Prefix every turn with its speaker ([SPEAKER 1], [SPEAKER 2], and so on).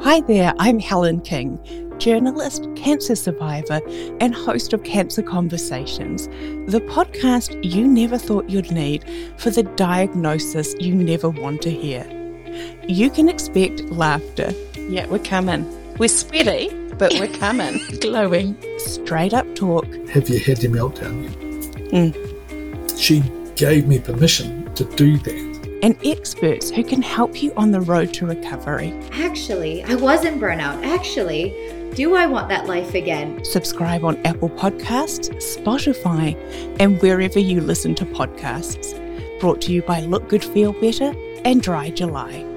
[SPEAKER 1] Hi there, I'm Helen King, journalist, cancer survivor, and host of Cancer Conversations, the podcast you never thought you'd need for the diagnosis you never want to hear. You can expect laughter. Yeah, we're coming. We're sweaty, but we're coming.
[SPEAKER 2] glowing.
[SPEAKER 1] Straight up talk.
[SPEAKER 3] Have you had your meltdown yet?
[SPEAKER 1] Mm.
[SPEAKER 3] She gave me permission to do that.
[SPEAKER 1] And experts who can help you on the road to recovery.
[SPEAKER 4] Actually, I was in burnout. Actually, do I want that life again?
[SPEAKER 1] Subscribe on Apple Podcasts, Spotify, and wherever you listen to podcasts. Brought to you by Look Good Feel Better and Dry July.